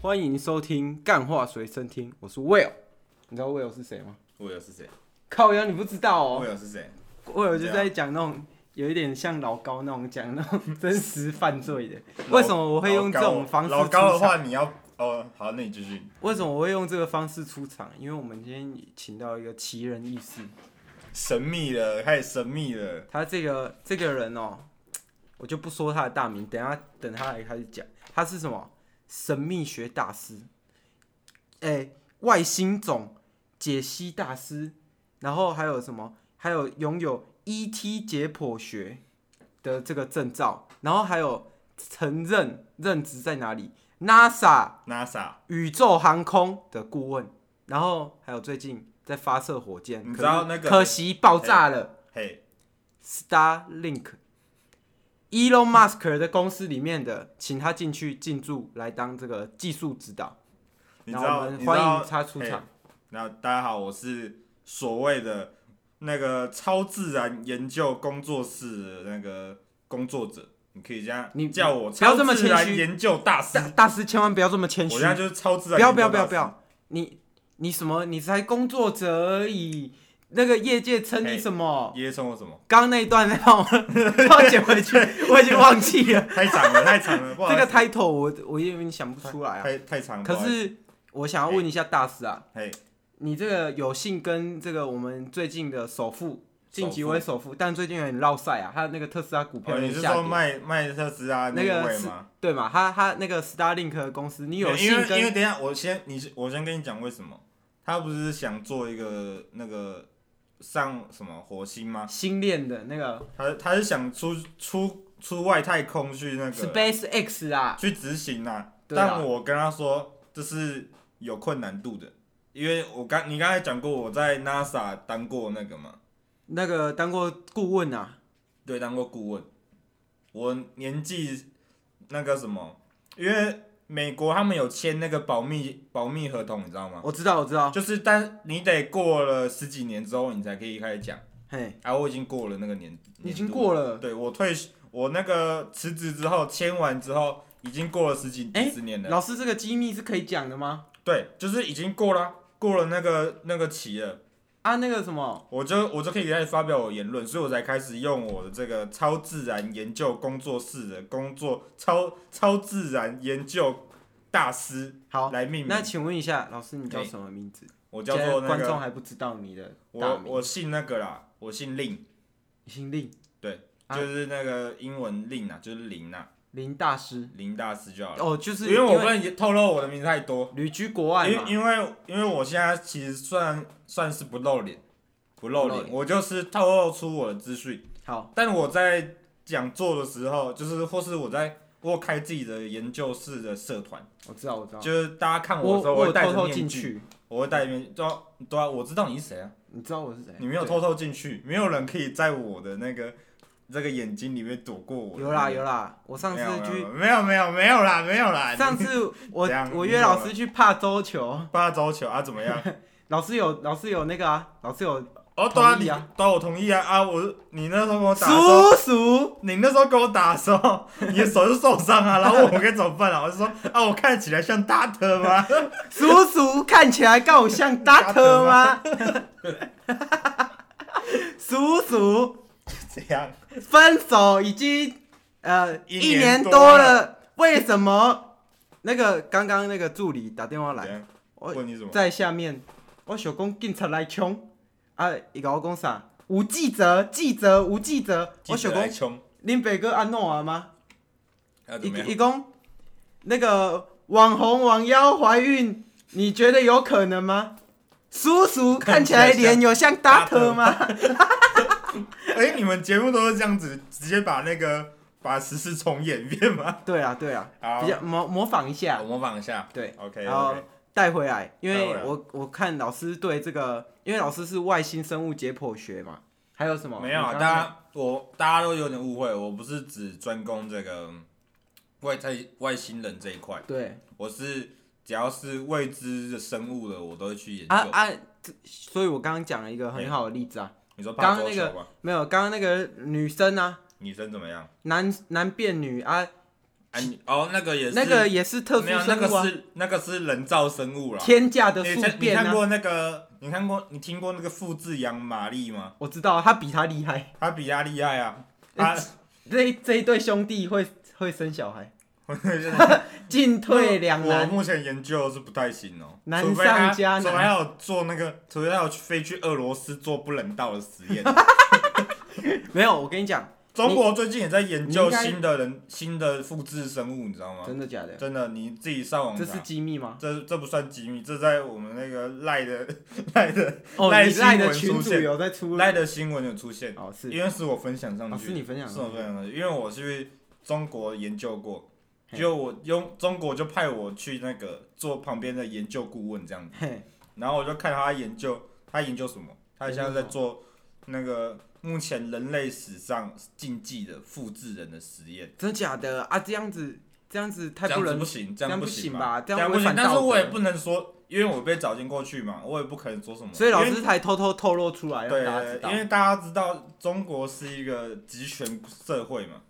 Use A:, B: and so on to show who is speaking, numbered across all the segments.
A: 欢迎收听《干话随身听》，我是 Will。你知道 Will 是谁吗？
B: 我有是谁？
A: 靠呀，你不知道
B: 我
A: 哦、
B: 有是谁？
A: Will 就在讲那种有一点像老高那种讲那种真实犯罪的。为什么我会用这种方式
B: 老
A: 出
B: 高老高的
A: 场？
B: 话，你要哦，好，那你继续。
A: 为什么我会用这个方式出场？因为我们今天请到一个奇人异事，
B: 神秘了，开始神秘了。
A: 他这个这个人哦、我就不说他的大名，等一下等他来开始讲。他是什么？神秘学大师，哎、外星种解析大师，然后还有什么？还有拥有 ET 解剖学的这个证照，然后还有承认任职在哪里？NASA
B: NASA，
A: 宇宙航空的顾问，然后还有最近在发射火箭，
B: 你
A: 可
B: 知道
A: 是
B: 那个
A: 可惜爆炸了。
B: 嘿，
A: Starlink。Elon Musk 的公司里面的，请他进去进驻来当这个技术指导，
B: 你
A: 然
B: 知
A: 后我
B: 道？你
A: 们
B: 知
A: 欢
B: 道
A: 迎？他出场。
B: 那大家好，我是所谓的那个超自然研究工作室的那个工作者，你可以这样，
A: 你
B: 叫我
A: 不要
B: 超
A: 这么
B: 自
A: 谦
B: 然
A: 虚
B: 研究大师。
A: 大大师千万不要这么谦
B: 哎
A: 虚
B: 我现，在就是超自然
A: 不要
B: 研
A: 不
B: 究
A: 要
B: 大师。
A: 不要不要，你你什么？你才工作者而已，那个业界称你
B: 嘿
A: 什么？
B: 爷爷送我什么？
A: 刚那一段让我让我捡回 去，我已经忘记了
B: 太长了，太长了，不好
A: 这
B: 意
A: 个
B: 思
A: title，我我有点想不出来啊。
B: 太太长了。
A: 可
B: 不好意思，
A: 是我想要问一下大师啊，
B: 嘿，
A: 你这个有幸跟这个我们最近的首富晋级
B: 首富
A: 为首富，但最近有点落赛啊，他那个特斯拉股票
B: 哦，
A: 有
B: 你
A: 点
B: 是
A: 下
B: 说
A: 跌，
B: 卖卖特斯拉
A: 那
B: 个
A: 个
B: 位
A: 是
B: 吗？
A: 对嘛？他他那个 Starlink 的公司，你有
B: 因
A: 幸
B: 为因为
A: 跟
B: 等一下我先你是我先跟你讲为什么，他不是想做一个那个上什么火星吗？
A: 星链的那个
B: 他他是想出出出外太空去那个
A: Space X 啊，
B: 去执行啊，
A: 对啊
B: 但我跟他说这是有困难度的，因为我刚你刚才讲过我在 NASA 当过那个嘛，
A: 那个当过顾问啊，
B: 对，当过顾问。我年纪那个什么，因为美国他们有签那个保密保密合同，你知道吗？
A: 我知道我知道，
B: 就是但你得过了十几年之后，你才可以开始讲。
A: 嘿，
B: 啊，我已经过了那个年，
A: 你已经
B: 年度
A: 过了，
B: 对我退休，我那个辞职之后签完之后，已经过了十几
A: 哎
B: 几十年了。
A: 老师这个机密是可以讲的吗？
B: 对，就是已经过了啊，过了那个那个期了。
A: 啊，那个什么，
B: 我就我就可以开始发表我言论，所以我才开始用我的这个超自然研究工作室的工作超超自然研究大师
A: 好，
B: 来命
A: 那
B: 名。
A: 请问一下，老师你叫
B: 嘿
A: 什么名字？
B: 哎我叫做
A: 现在
B: 那
A: 观众
B: 个，
A: 还不知道你的大
B: 我
A: 名，
B: 我姓那个啦，我姓令，
A: 姓令，啊
B: 就是那个英文令啊，就是林啊，
A: 林大师。
B: 林大师就好了。
A: 哦，就是
B: 因为我不能透露我的名字太多，
A: 旅居国外
B: 因
A: 嘛
B: 为，因为因为我现在其实算算是不露脸，不露
A: 不露
B: 脸，
A: 脸
B: 我就是透露出我的资讯。
A: 好，
B: 但我在讲座的时候，就是或是我在我有开自己的研究室的社团，
A: 我知道，我知道，
B: 就是大家看
A: 我
B: 我的时候，
A: 哦我
B: 会
A: 有
B: 戴
A: 偷
B: 着
A: 偷
B: 面
A: 进
B: 具，
A: 去，
B: 我会戴着面具，对啊对啊，我知道你是谁啊，
A: 你知道我是谁？
B: 你没有偷偷进去，没有人可以在我的那个这个眼睛里面躲过我
A: 对？
B: 的
A: 有
B: 那
A: 啦
B: 个。
A: 有啦，我上次去，
B: 没有没有没有没有啦没有 啦，
A: 上
B: 你
A: 次 我
B: 怎样
A: 我
B: 你
A: 约
B: 怎么
A: 老师去怕周球，
B: 帮他招球啊怎么样？
A: 老师有老师有那个啊，老师有
B: 哦对啊
A: 同
B: 你
A: 意啊
B: 对啊我同意啊啊我你那时候跟我打的时候，
A: 叔叔，
B: 你那时候给我打的时候，你的手就受伤啊，然后问我该怎么办啊，我就说啊，我看起来像大特吗？
A: 叔叔看起来跟我像大特 吗？叔叔，
B: 这样，
A: 分手已经呃
B: 一
A: 一
B: 年
A: 年
B: 多
A: 多了，为什么？那个刚刚那个助理打电话
B: 怎
A: 来，
B: 样？
A: 我
B: 问你什么？
A: 在下面，我想讲警察来冲，啊，伊甲我讲啥？有记者，记者，有记者。我
B: 记
A: 想
B: 者来
A: 讲，
B: 冲，
A: 恁爸哥安怎啊吗？
B: 要怎么
A: 伊
B: 样？
A: 伊讲那个网红网妖怀孕，你觉得有可能吗？叔叔看起来脸有像达特吗？
B: 哎、你们节目都是这样子，直接把那个把时事重演一遍吗？
A: 对啊，对啊，
B: 好
A: 比，较模模仿一下
B: 我，模仿一下。
A: 对，
B: OK
A: 然后
B: OK，
A: 带回来，因
B: 带回
A: 为
B: 来
A: 我我看老师对这个，因为老师是外星生物解剖学嘛，还有什么？
B: 没有啊，
A: 你
B: 大
A: 刚刚
B: 家我大家都有点误会，我不是只专攻这个外太外星人这一块，
A: 对。
B: 我是只要是未知的生物的，我都会去研究。
A: 啊啊！这所以我刚刚讲了一个很好的例子啊，
B: 你说
A: 刚
B: 怕
A: 刚
B: 桌
A: 那
B: 球
A: 个
B: 吗？
A: 没有，刚刚那个女生啊，
B: 女生怎么样？
A: 男男变女啊，
B: 安妮哦，那个也是
A: 那个也是特殊
B: 没有那
A: 生物
B: 个
A: 啊，
B: 是那个是人造生物啦。
A: 天价的
B: 你
A: 宿
B: 看你
A: 便
B: 看
A: 啊！
B: 过那个？你看过你听过那个复制羊玛丽吗？
A: 我知道啊他比他厉害，
B: 他比他厉害啊！他
A: 这这一对兄弟会会生小孩，进 退两
B: 我
A: 难。
B: 目前研究是不太行哦、
A: 难
B: 除非他
A: 上加难
B: 除非他有做那个，除非他有飞去俄罗斯做不人道的实 验。
A: 没有，我跟你讲，
B: 中国最近也在研究
A: 你应该
B: 新的人新的复制生物，你知道吗？
A: 真的假的？
B: 真的，你自己上网
A: 这
B: 查
A: 是。机密吗？
B: 这这不算机密，这在我们那个赖的 赖的
A: 哦，
B: 赖
A: 你赖
B: 新
A: 的
B: 闻
A: 群
B: 出
A: 主
B: 现
A: 有在出
B: 赖的新闻有出现，
A: 哦，是
B: 因为是我分享上
A: 哦，
B: 去，
A: 是你分享
B: 是我
A: 的，
B: 分享上去，因为我去中国研究过，
A: 嘿
B: 就我用中国就派我去那个做旁边的研究顾问这样子，
A: 嘿，
B: 然后我就看他研究他研究什么，他现在在做那个目前人类史上禁忌的复制人的实验。
A: 真的假的啊？这样子这样子太
B: 这样
A: 不
B: 子
A: 能
B: 不行，这
A: 这
B: 样
A: 样
B: 不
A: 不
B: 行
A: 行吧
B: 这
A: 这样
B: 样不
A: 违
B: 行。
A: 反
B: 但是
A: 道德
B: 我也不能说，因为我被找进过去嘛，我也不可能说什么。
A: 所以老
B: 因为
A: 师才偷偷透露出来，让大家知道
B: 对，因。为大家知道中国是一个集权社会嘛，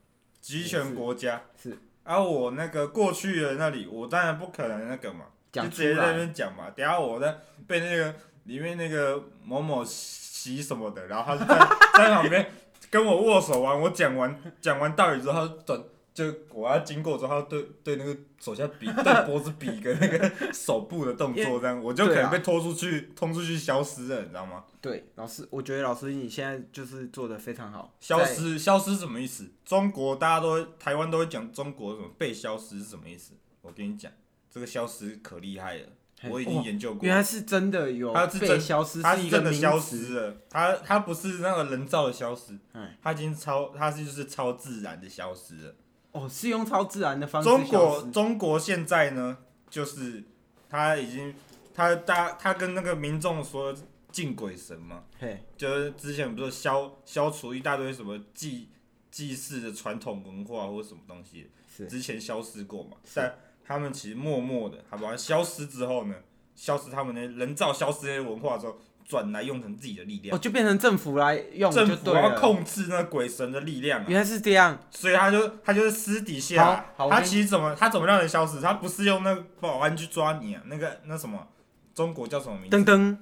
B: 集权国家
A: 是是。
B: 而、我那个过去的那里，我当然不可能那个嘛，就
A: 讲出
B: 直接在那
A: 来，
B: 边讲嘛。等下我在被那个里面那个某某洗什么的，然后他就在在旁边跟我握手完，我讲完讲完道理之后，他转就我要经过之后，他对对那个手下比对脖子比一个那个手部 的动作，这样我就可
A: 对
B: 能
A: 啊
B: 被拖出去，冲出去消失了，你知道吗？
A: 对老师，我觉得老师你现在就是做的非常好，
B: 消
A: 在
B: 失，消失什么意思？中国大家都会，台湾都会讲中国什么被消失是什么意思？我跟你讲，这个消失可厉害了，
A: 嘿
B: 我已经研究过
A: 原。来是真的有
B: 它是真
A: 被消失，
B: 它
A: 一个
B: 真的
A: 名
B: 消
A: 词。
B: 失了，它它不是那个人造的消失
A: 哎，
B: 它已经超，它是就是超自然的消失了。
A: 哦，是用超自然的方式
B: 中
A: 消
B: 国
A: 失
B: 中国现在呢，就是它已经，它大它跟那个民众说敬鬼神嘛，
A: 嘿，
B: 就是之前不是消消除一大堆什么祭祭祀的传统文化或者什么东西，
A: 是
B: 之前消失过嘛？
A: 是
B: 但他们其实默默的，他把它消失之后呢，消失他们的人造消失这些文化之后，转来用成自己的力量，
A: 哦，就变成政府来用就
B: 政府
A: 对
B: 要
A: 了。
B: 控制那鬼神的力量、啊，
A: 原来是这样，
B: 所以他就他就是私底下，
A: 好好
B: 他
A: 我跟
B: 其实怎么他怎么让人消失？他不是用那个保安去抓你啊，那个那什么中国叫什么名字？
A: 噔噔，
B: 噔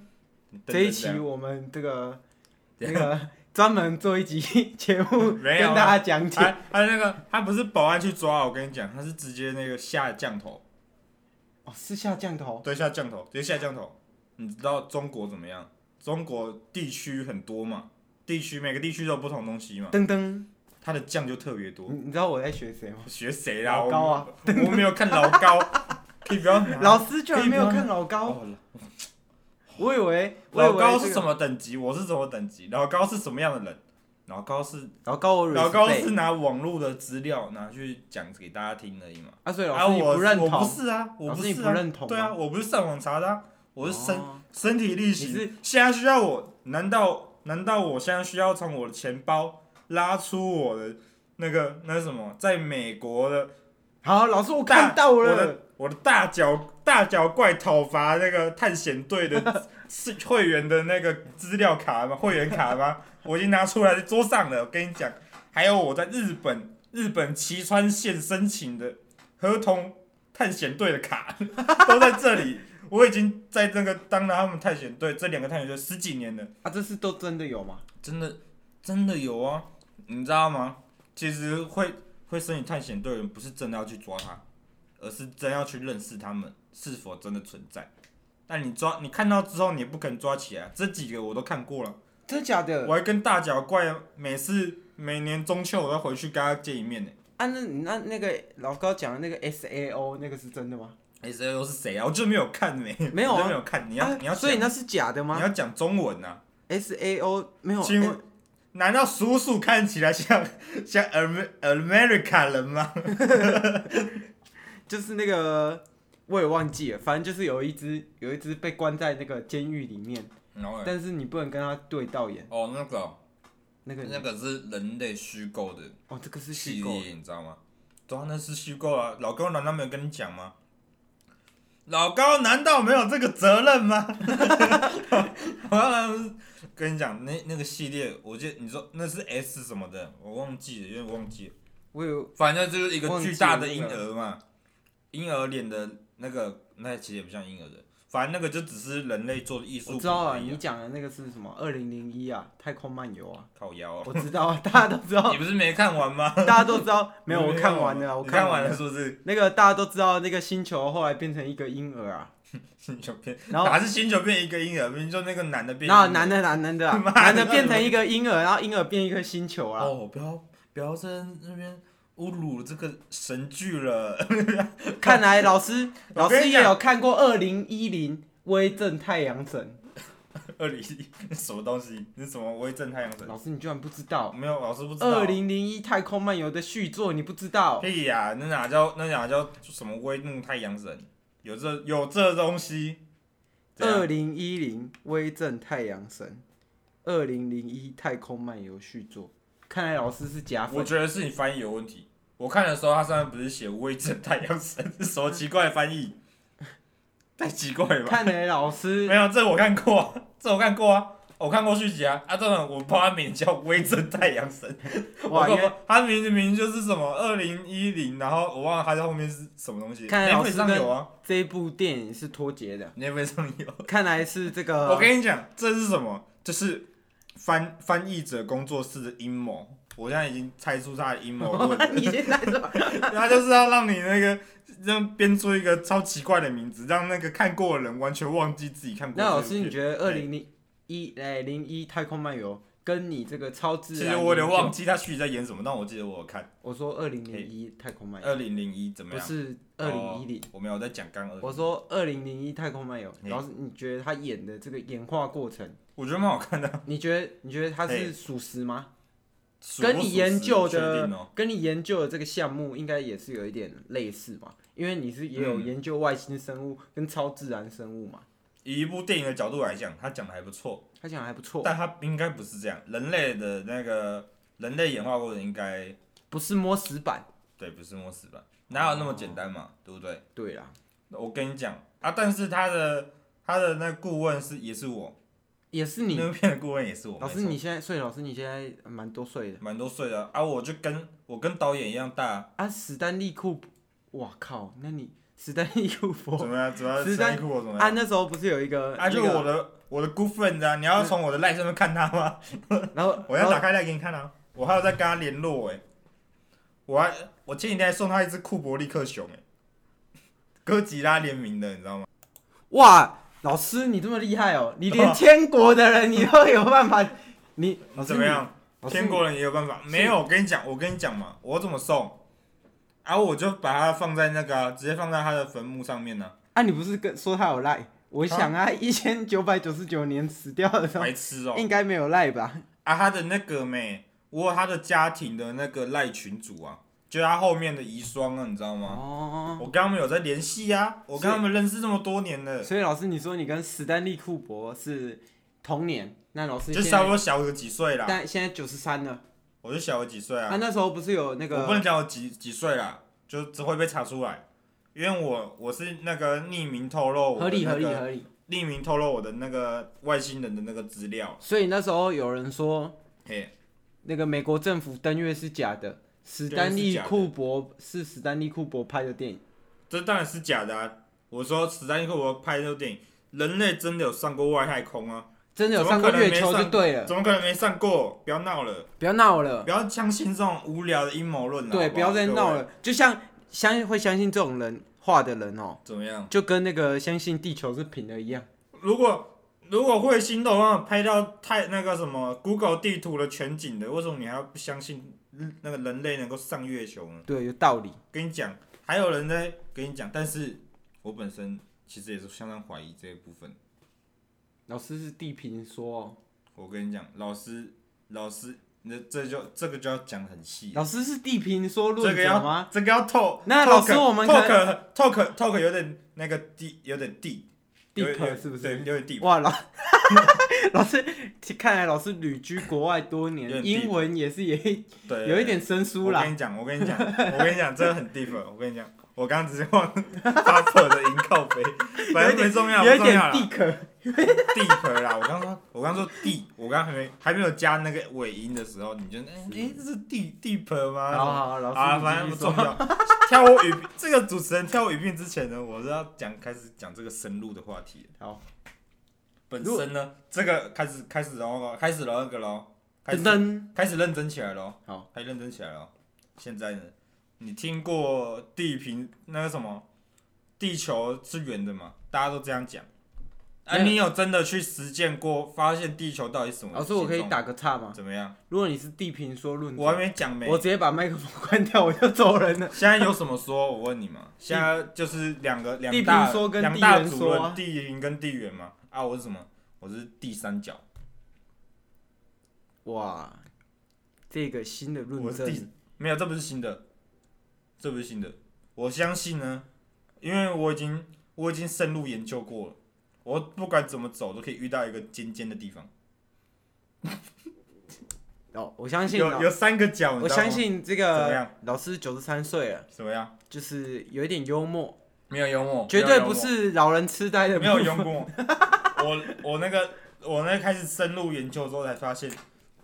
A: 这一
B: 噔
A: 期我们这个
B: 对
A: 那个 专门做一集节目跟
B: 没有啊
A: 大家讲解。
B: 他他那个他不是保安去抓，啊我跟你讲，他是直接那个下降头，
A: 哦，是下降头，
B: 对，下降头，直接下降头。你知道中国怎么样？中国地区很多嘛，地区每个地区都有不同东西嘛，
A: 噔噔，
B: 它的酱就特别多
A: 你。你知道我在学谁吗？
B: 学谁啦？
A: 老高啊
B: 我没有，我没有看老高， 可以不要拿
A: 老师居然没有
B: 可以不要
A: 看老高，
B: 哦
A: 我以为我以
B: 老
A: 为
B: 高
A: 这
B: 是
A: 个
B: 什么等级？我是什么等级？老高是什么样的人？老高是
A: 老高我 respect，
B: 老高是拿网络的资料拿去讲给大家听而已嘛。
A: 啊，所以
B: 啊，
A: 老师你
B: 我
A: 认
B: 我不
A: 同，
B: 是啊，我
A: 老
B: 不
A: 师
B: 是、啊、
A: 你不认同
B: 对啊，我不是上网查的、啊，我是身、
A: 哦
B: 身体力行。
A: 你是
B: 现在需要我？难道难道我现在需要从我的钱包拉出我的那个那是什么？在美国的
A: 好，老师我
B: 大
A: 看到
B: 我
A: 了
B: 的，我的大脚大脚怪讨伐那个探险队 的是会员的那个资料卡吗？会员卡吗？我已经拿出来在桌上了。我跟你讲，还有我在日本日本崎川县申请的合同探险队的 卡都在这里。我已经在那个当了他们探险队这两个探险队十几年了，
A: 啊，这是都真的有吗？
B: 真的真的有啊，你知道吗？其实会会申请探险队的人不是真的要去抓他，而是真要去认识他们是否真的存在。但你抓你看到之后，你也不肯抓起来，这几个我都看过了。
A: 真的假的？
B: 我还跟大脚怪每次每年中秋我都回去跟他见一面呢、
A: 啊，那你那那个老高讲的那个 S A O 那个是真的吗？
B: S L 是谁啊？我就没有看没、
A: 没有啊
B: 我就没有看。你要、
A: 啊
B: 你要
A: 所以
B: 讲
A: 那是假的
B: 你
A: 吗
B: 要讲中文呐、
A: ？S A O 没有，
B: 啊？请问、
A: 哎
B: 难道叔叔看起来像像 Amer- America 人吗？
A: 哎就是那个我也忘记了，反正就是有一只有一只被关在那个监狱里面，
B: 然后欸
A: 但是你不能跟他对到眼，
B: 哦，那个
A: 那个
B: 那个是人类虚构的
A: 哦，这个是
B: 系
A: 虚构的，
B: 列，你知道吗？对啊，那是虚构啊。老高难道没有跟你讲吗？老高难道没有这个责任吗？ 我要跟你讲，那那个系列，我记得你说那是 S 什么的，我忘记了，有点忘记了。
A: 我有
B: 反正就是一个
A: 忘记
B: 巨大的
A: 了
B: 婴儿嘛，婴儿脸的那个，那其实也不像婴儿的，反正那个就只是人类做的艺术
A: 我
B: 品
A: 知道啊，
B: 而已
A: 你
B: 啊，
A: 讲的那个是什么？二零零一啊，太空漫游啊，
B: 靠腰啊！
A: 我知道啊， 大家都知道，
B: 你不是没看完吗？
A: 大家都知道，没有
B: 你
A: 我
B: 没
A: 看完了啊，我
B: 你看
A: 完
B: 了。是不是？
A: 那个大家都知道，那个星球后来变成一个婴儿 啊，
B: 星球变，
A: 然后
B: 哪是星球变一个婴儿？明明就那个男的变婴
A: 然
B: 儿，
A: 后男的男男的啊、
B: 妈的
A: 男的变成一个婴儿，然后婴儿变一个星球啊，
B: 哦，不要不要在那边侮辱这个神剧了。
A: 看来老师
B: 我
A: 老
B: 跟
A: 师
B: 你
A: 也
B: 讲
A: 有看过二零一零威震太阳神，
B: 二零一什么东西？那什么微正太阳神？
A: 老师你居然不知道？
B: 没有，老师不知道。
A: 哦二零零一太空漫游的续作你不知道？
B: 屁呀、那哪叫那哪叫什么微怒太阳神？有这有这东西？怎样
A: 二零一零威震太阳神，二零零一太空漫游续作，看来老师是假
B: 我
A: 粉。
B: 觉得是你翻译有问题。我看的时候，它上面不是写微正太阳神，是什么奇怪的 翻译？太奇怪了吧？
A: 看来老师
B: 没有，这我看过、啊，这我看过啊，我看过续集啊。啊，这种我帮他名叫微正太阳神，我
A: 哇，
B: 搞
A: 因
B: 不
A: 为
B: 好他名字名就是什么二零一零，然后我忘了他在后面是什么东西。
A: 看来老
B: Netflix
A: 师
B: 上
A: 跟
B: 有啊
A: 这一部电影是脱节 的，
B: ，Netflix 上有。啊
A: 看来是这
B: 我
A: 个
B: 跟你讲，这是什么？就是翻翻译者工作室的阴谋。我现在已经猜出他的阴谋 论了，
A: 你现在说
B: 他就是要让你那个让编出一个超奇怪的名字，让那个看过的人完全忘记自己看过
A: 那
B: 这
A: 老
B: 个
A: 师，你
B: 片。
A: 觉得二零零一哎零一太空漫游跟你这个超自
B: 其
A: 然？
B: 实我有点忘。记他续集在演什么，但我记得我有看
A: 我说二零零一太空漫游，
B: 二零零一怎么
A: 不
B: 样？哦
A: 是二零一零。
B: 我没有我在讲刚二，
A: 我说二零零一太空漫游，
B: 嘿
A: 老师，你觉得他演的这个演化过 程，
B: 我觉得蛮好看的。
A: 你觉得你觉得他
B: 嘿
A: 是属实吗？
B: 数
A: 跟
B: 不
A: 你
B: 数
A: 研
B: 十
A: 究
B: 确
A: 的
B: 定哦
A: 跟你研究的这个项目应该也是有一点类似嘛，因为你是也有
B: 嗯
A: 研究外星生物跟超自然生物嘛。
B: 以一部电影的角度来讲，他讲的还不错。
A: 他讲的还不错，
B: 但它应该不是这样，人类的那个人类演化过程应该
A: 不是摸石板。
B: 对不是摸死吧？哪有那么简单嘛，对不对？
A: 对啦，
B: 我跟你讲啊，但是他的他的那顾问是也是我，
A: 也是
B: 那
A: 你
B: 部片的顾问也是我，
A: 老师，
B: 没错
A: 你现在所以老师你现在蛮多岁的
B: 蛮多岁的啊，我就跟我跟导演一样大，
A: 啊。史丹利库珀，哇靠，那你史丹利库
B: 怎
A: 珀
B: 么样？怎么样？
A: 实
B: 史
A: 在
B: 丹利库珀怎么
A: 啊，
B: 样？
A: 那时候不是有一个
B: 啊，就
A: 那个
B: 我的我的 good friend 啊，你要从我的赖上面看他吗？
A: 然后
B: 我
A: 然
B: 要
A: 后
B: 打开来给你看啊！我还有在跟他联络哎、我还我前几天还送他一只库伯利克熊哎、哥吉拉联名的，你知道吗？
A: 哇，老师你这么厉害哦，你 连天国的人你都有办法，你老师
B: 怎么？样？
A: 老师
B: 天国人也有办法？没有，我跟你讲，我跟你讲嘛，我怎么送？啊，我就把它放在那个啊、直接放在他的坟墓上 面呢、
A: 你啊，你不是跟说他有赖？我想啊，一千九百九十九年死掉的时候
B: 白痴哦、
A: 应该没有赖吧？
B: 啊，他的那个没，我有他的家庭的那个赖群主啊，就他后面的遗孀啊，你知道吗？
A: 哦，
B: 我跟他们有在联系啊，我跟他们认识这么多年了。
A: 哦所以老师你说你跟史丹利库珀是同年，那老师
B: 就
A: 现
B: 小
A: 在
B: 我小我几岁啦，
A: 但现在九十三了。
B: 我就小我几岁啊，
A: 啊，那时候不是有那
B: 我不能
A: 个
B: 讲我几几岁啦，就只会被查出来，因为我我是那个匿名透露我
A: 合
B: 的、
A: 理
B: 那
A: 合理
B: 个
A: 合理，
B: 匿名透露我的那个外星人的那个资料，
A: 所以那时候有人说
B: 嘿，
A: 那个美国政府登月是假的，史
B: 登月
A: 丹
B: 是
A: 利
B: 假的
A: 库珀是史丹利库珀拍的电影，
B: 这当然是假的啊！我说史丹利库珀拍这部电影，人类真的有上过外太空啊？
A: 真的有
B: 怎么
A: 上过
B: 可能
A: 月
B: 没
A: 球就
B: 上
A: 对了，
B: 怎么可能没上过？不要闹了，
A: 不要闹了，
B: 不要相信这种无聊的阴谋论了，啊
A: 对，
B: 好不
A: 不
B: 好
A: 要再闹。
B: 各位
A: 了，就像相会相信这种人话的人哦、
B: 怎么样？
A: 就跟那个相信地球是平的一样，
B: 如果如果彗星都让拍到太那个什么 Google 地图的全景的，为什么你还要不相信那个人类能够上月球呢？
A: 对，有道理。
B: 跟你讲，还有人在跟你讲，但是我本身其实也是相当怀疑这一部分。
A: 老师是地平说、哦，
B: 我跟你讲，老师老师，那这就这个就要讲很细，
A: 老师是地平说
B: 这
A: 论
B: 个
A: 者吗
B: 要？这个要透。
A: 那
B: talk-
A: 老师我们可
B: talk talk talk 有点那个低，有点低，有点
A: Deep 是不是
B: 对，有点低。
A: 哇，老 老师，看来老师旅居国外多
B: 有
A: 年，
B: 点
A: 英文也是也
B: 对，
A: 有一点生疏
B: 我
A: 啦
B: 跟。你讲，我跟你讲，我跟你讲，真的很 deep。我跟你讲，我刚刚只是忘了发破的音靠背，反正没重要，
A: 有一
B: 不重啊
A: 点
B: 要啦
A: dick，
B: deep 啦，我刚说，我刚说 deep，我刚还没还没有加那个尾音的时候，你就哎、诶这是 deep deep 吗？
A: 好好，老
B: 啊，
A: 师，
B: 反正
A: 你
B: 不
A: 继续说
B: 重要。挑我语病，这个主持人挑我语病之前呢，我是要讲开始讲这个深入的话题。
A: 好，
B: 本身呢，这个开始开始喽，开始了那个喽，开
A: 噔
B: 始
A: 噔，
B: 开始认真起来喽。
A: 好，
B: 开始认真起来喽。现在呢，你听过地平那个什么，地球是圆的嘛？大家都这样讲。哎、
A: 没有
B: 你有真的去实践过，发现地球到底是什么？
A: 老师，我可以打个岔吗？
B: 怎么样？
A: 如果你是地平说论者，
B: 我还没讲没
A: 我直接把麦克风关掉，我就走人了。
B: 现在有什么说？我问你嘛。现在就是两个两
A: 地
B: 大
A: 平说跟
B: 两
A: 地
B: 大
A: 缘
B: 主
A: 说啊
B: 论，地形跟地缘嘛。啊，我是什么？我是第三角，
A: 哇，这个新的
B: 我
A: 论
B: 是第
A: 证，
B: 没有，这不是新的，这不是新的。我相信呢，因为我已经我已经深入研究过了，我不管怎么走都可以遇到一个尖尖的地方，
A: 哦，我相信
B: 有
A: 哦，
B: 有三个角，你
A: 我
B: 知道吗
A: 相信这
B: 怎么
A: 个
B: 样
A: 老师九十三岁了，
B: 怎么样？
A: 就是有一点幽默，
B: 没有幽默，
A: 绝
B: 没有
A: 对
B: 哦幽
A: 不
B: 默
A: 是老人痴呆的 部
B: 没有
A: 分。
B: 用过。我我那个我那个开始深入研究之后，才发现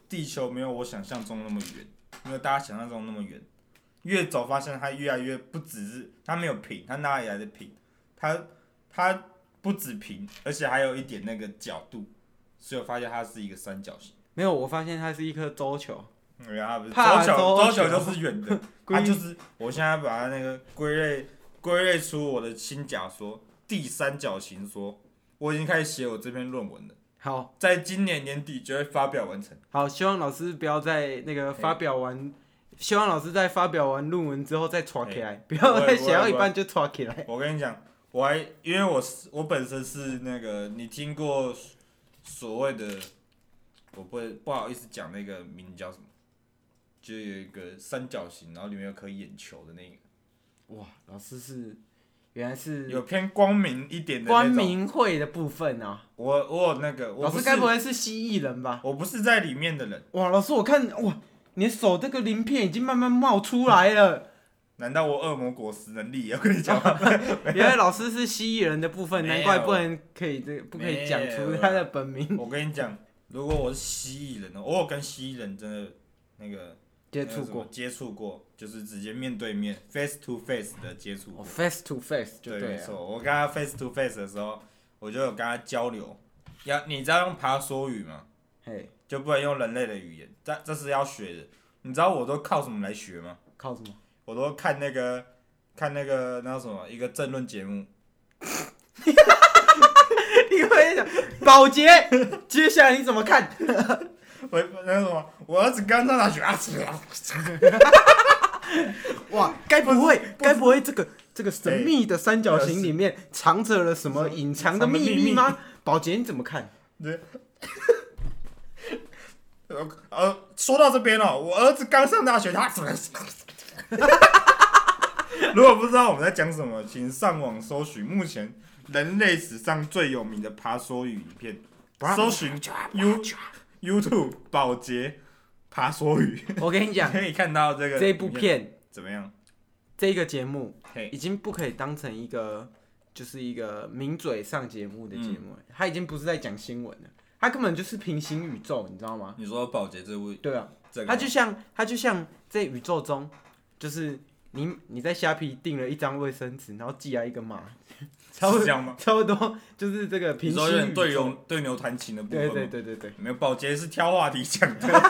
B: 地球没有我想象中那么远，没有大家想象中那么远。越走发现它越来越不只是它没有平，它哪里来的平？它它不止平，而且还有一点那个角度，所以我发现它是一个三角形。
A: 没有，我发现它是一颗桌球。
B: 因为它不是
A: 怕
B: 周球，
A: 周
B: 周
A: 球
B: 球就是远的，
A: 归
B: 它啊就是我现在把它那个归类归类出我的新假说，第三角形说，我已经开始写我这篇论文了，
A: 好
B: 在今年年底就会发表完成。
A: 好，希望老师不要在那个
B: 嘿
A: 发表完，
B: 哎
A: 希望老师在发表完论文之后再抓起来，不
B: 不
A: 要
B: 会
A: 再
B: 不
A: 写到
B: 会
A: 一
B: 哎不
A: 半就抓起来。
B: 我跟你讲，我还因为我是我本身是那个你听过所谓的，我不会不好意思讲那个名字叫什么，就有一个三角形，然后里面有颗眼球的那个，
A: 哇，老师是原来是
B: 有偏光明一点
A: 嗯
B: 的
A: 光
B: 那种。
A: 明会的部分啊。
B: 我我有那个，我
A: 老
B: 不
A: 师
B: 是
A: 该不会是蜥蜴人吧？
B: 我不是在里面的人，
A: 哇，老师我看哇，你的手这个鳞片已经慢慢冒出来了。
B: 难道我恶魔果实能力？我跟你讲，
A: 原来老师是蜥蜴人的部分，难怪不能可以这不可以讲
B: 没
A: 出
B: 有
A: 他的本名
B: 我跟你讲，如果我是蜥蜴人，我有跟蜥蜴人真的那个
A: 接触
B: 那个什么
A: 过。
B: 接触过，就是直接面对面 face to face 的接触
A: 哦
B: 过。
A: face to face 就
B: 对，
A: 对啊
B: 没
A: 了。
B: 错，我跟他 face to face 的时候，我就有跟他交流。要你知道用爬梭语吗？
A: 嘿，
B: 就不能用人类的语言，这这是要学的。你知道我都靠什么来学吗？
A: 靠什么？
B: 我都看那个看那个那什么一个政论节目，
A: 你会讲保洁，接下来你怎么看？
B: 我那个什么，我儿子刚上大学啊， 是啊，
A: 哇，该不会，该不会这个这个神秘的三角形里面藏着了什么隐藏的秘密吗？宝洁，你怎么看？
B: 呃呃，说到这边哦，我儿子刚上大学，他 死了。如果不知道我们在讲什么，请上网搜寻目前人类史上最有名的爬梭语影片，搜寻 You YouTube 保洁爬梭语，
A: 我跟你讲，
B: 可以看到这个
A: 这部片
B: 怎么样？
A: 这个节目
B: 嘿，
A: 已经不可以当成一个就是一个名嘴上节目的节目了，
B: 嗯
A: 他已经不是在讲新闻了，他根本就是平行宇宙，你知道吗？
B: 你说保洁这部
A: 对啊，
B: 这
A: 它就像它就像在宇宙中，就是你你在虾皮订了一张卫生纸，然后寄来一个码， 差不
B: 是这
A: 多
B: 样吗？
A: 差不多就是这个平
B: 你说
A: 行
B: 有
A: 宇
B: 对
A: 宙
B: 牛。对牛弹琴的部分
A: 对
B: 吗？
A: 对对对对，
B: 没有，保洁是挑话题讲的，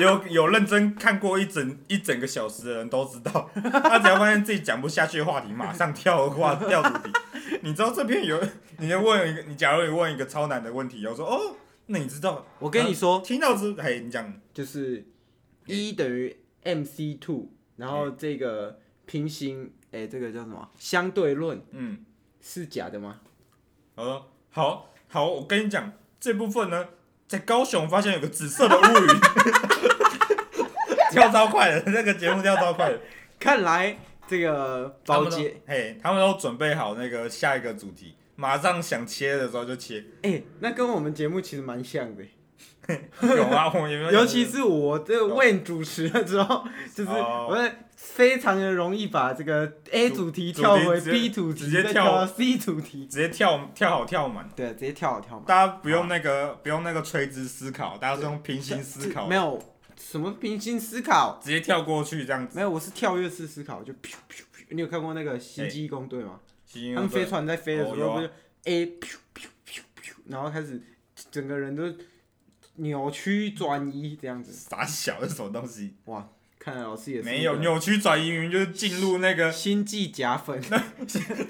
B: 有有认真看过一整一整个小时的人都知道，他只要发现自己讲不下去的话题，马上跳话跳主题。你知道这边有，你就问一个，你假如你问一个超难的问题，我说哦，那你知道？
A: 我跟你
B: 我
A: 说，
B: 听到之，嘿，你讲
A: 就是一等于 mc two，然后这个平行，哎、这个叫什么？相对论
B: 嗯，
A: 是假的吗？
B: 我说好好，我跟你讲这部分呢，在高雄发现有个紫色的乌云， 跳超快的，那个节目跳超快的。
A: 看来这个保洁，，
B: 嘿，他们都准备好那个下一个主题，马上想切的时候就切。
A: 哎、那跟我们节目其实蛮像的。
B: 有啊，我也没有想过。
A: 尤其是我这个 Wayne 主持了之后，就是
B: 哦
A: 我非常的容易把这个 A 主题
B: 主
A: 跳
B: 题
A: 回
B: 直接
A: B 主题，
B: 直接
A: 再
B: 跳
A: 到 C 主题，
B: 直接跳跳好跳满，
A: 对，直接跳好跳嘛。
B: 大家不用那个不用那个垂直思考，大家是用平行思考，
A: 没有什么平行思考，
B: 直接跳过去这样子。
A: 没有，我是跳跃式思考，就噗噗噗。你有看过那个《星际义工队》吗？
B: 行
A: 他们飞船在飞的时
B: 哦有
A: 候，
B: 啊
A: 不是 A 噗噗噗噗，然后开始整个人都扭曲转移这样子。
B: 傻小是什么东西？
A: 哇，看来老师也是啊
B: 没
A: 一
B: 有
A: 个
B: 扭曲转移，明明就是进入那个。
A: 星际假粉。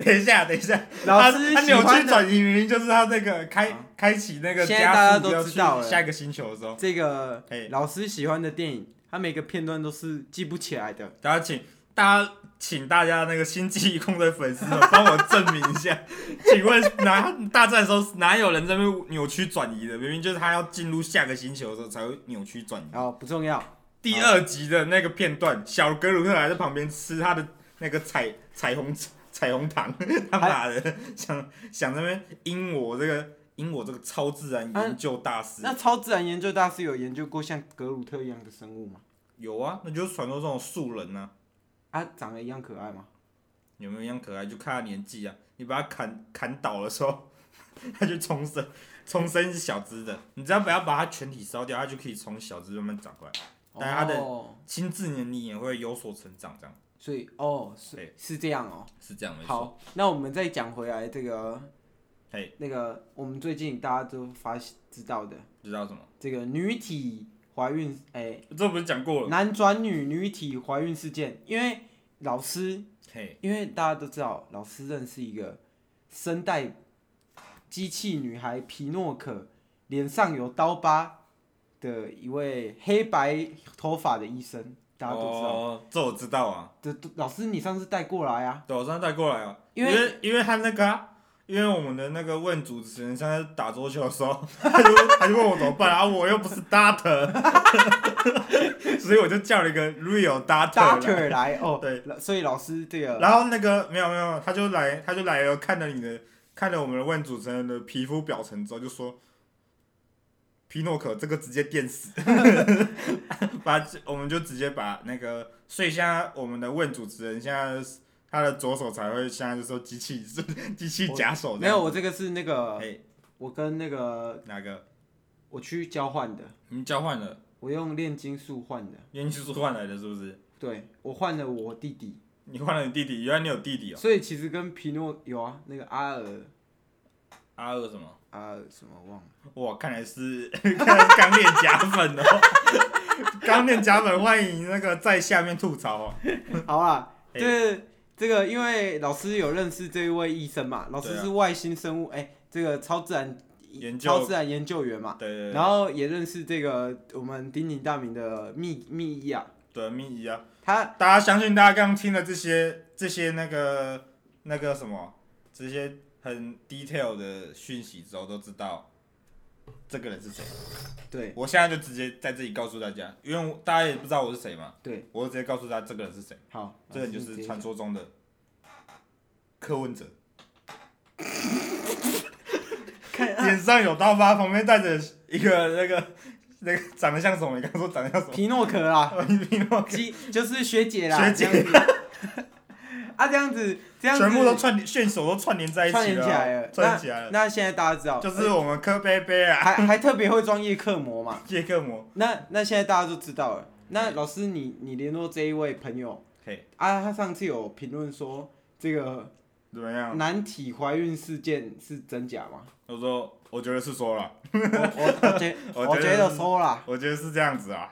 B: 等一下，等一下，
A: 老
B: 他
A: 师
B: 他
A: 喜
B: 扭
A: 欢
B: 曲
A: 的
B: 转移，明明就是他那个开
A: 啊
B: 开启那个
A: 现在大
B: 加
A: 家
B: 速
A: 都
B: 要
A: 知
B: 去
A: 道了
B: 下一个星球的时候，
A: 这个
B: 嘿
A: 老师喜欢的电影，他每个片段都是记不起来的。
B: 大家请大家请大家那个星际异空的粉丝们帮我证明一下，请问哪大战的时候哪有人在那边扭曲转移的？明明就是他要进入下个星球的时候才会扭曲转移。
A: 然后哦不重要，
B: 第二集的那个片段，小格鲁特还在旁边吃他的那个彩彩虹彩虹糖， 他妈的想想在那边因我这个因我这个超自然研究大师、
A: 那超自然研究大师有研究过像格鲁特一样的生物吗？
B: 有啊，那就是传说中的素人啊，
A: 啊，长得一样可爱吗？
B: 有没有一样可爱？就看他年纪啊，你把他砍砍倒的时候， 他就重生，重生是小只的，你只要不要把它全体烧掉，它就可以从小只慢慢长回来，但他的
A: 哦、
B: 心智年龄也会有所成长，这样
A: 所以哦，是
B: 对
A: 是这样哦。
B: 是这样没错。
A: 好，那我们再讲回来这个
B: 嘿，
A: 那个我们最近大家都发现知道的
B: 知道什么？
A: 这个女体怀孕，哎、
B: 这不是讲过了？
A: 男转女女体怀孕事件，因为老师
B: 嘿。
A: 因为大家都知道，老师认识一个声带机器女孩皮诺可，脸上有刀疤的一位黑白头发的医生，大家都知道。
B: 哦，这我知道啊，
A: 这、都老师，你上次带过来 啊？
B: 对我上次带过来啊，
A: 因
B: 因
A: 为
B: 为因为他那个啊、因为我们的那个问主持人上次打桌球的时候，他就他就问我怎么办啊，我又不是 starter，所以我就叫了一个 real starter
A: 大
B: 来。
A: 腿来哦，
B: 对哦
A: 老，所以老师这个
B: 然后那个没有没有，他就来他就来了，看了你的看了我们的问主持人的皮肤表层之后，就说。皮诺可这个直接电死， 把我们就直接把那个，所以现在我们的问主持人现在他的左手才会现在就说机器机器假手这
A: 没
B: 样，
A: 有，我这个是那个
B: 哎
A: 我跟那个
B: 哪个？
A: 我去交换的，
B: 你们交换了，
A: 我用炼金术换的，
B: 研究是换来的是不是？
A: 对我换了我弟弟，
B: 你换了你弟弟，原来你有弟弟哦。
A: 所以其实跟皮诺有啊，那个阿尔
B: 阿二什么？
A: 阿尔什么忘了。
B: 哇，看来是 看来是刚练假粉哦，刚练假粉，欢迎那个在下面吐槽哦。
A: 好啊，
B: 嘿
A: 就是这个，因为老师有认识这一位医生嘛，老师
B: 对啊
A: 是外星生物，哎、这个超自然
B: 研究
A: 超自然研究员嘛，
B: 对对对，
A: 然后也认识这个我们鼎鼎大名的密密医啊，
B: 对密仪啊，
A: 他
B: 大家相信大家刚刚听的这些这些那个那个什么这些很 detail 的讯息之后，都知道这个人是谁。
A: 对
B: 我现在就直接在这里告诉大家，因为我大家也不知道我是谁嘛，
A: 对
B: 我就直接告诉大家这个人是谁。
A: 好，
B: 这个人就
A: 老师
B: 是
A: 啊直接
B: 传说中的柯文哲，
A: 啊
B: 脸上有刀疤，旁边带着一个那个那个长得像什么？你刚刚说长得像什么？
A: 皮诺可啦，
B: 皮诺克
A: 基就是学姐啦，
B: 学姐
A: 这样子啊，这样子这样子
B: 全部都串线索都串联在一起
A: 串
B: 了，
A: 联起来了，
B: 串联起来了，
A: 那那现在大家知道，
B: 就是我们柯贝贝啊，
A: 还还特别会装夜克膜嘛。
B: 杰克魔，
A: 那那现在大家都知道了。那老师你，你联络这一位朋友
B: 嘿，
A: 啊，他上次有评论说这个
B: 怎么样？
A: 男体怀孕事件是真假 吗？
B: 我说，我觉得是说了，
A: 我我我觉
B: 我觉得
A: 我觉得说啦，
B: 我觉得是这样子啊，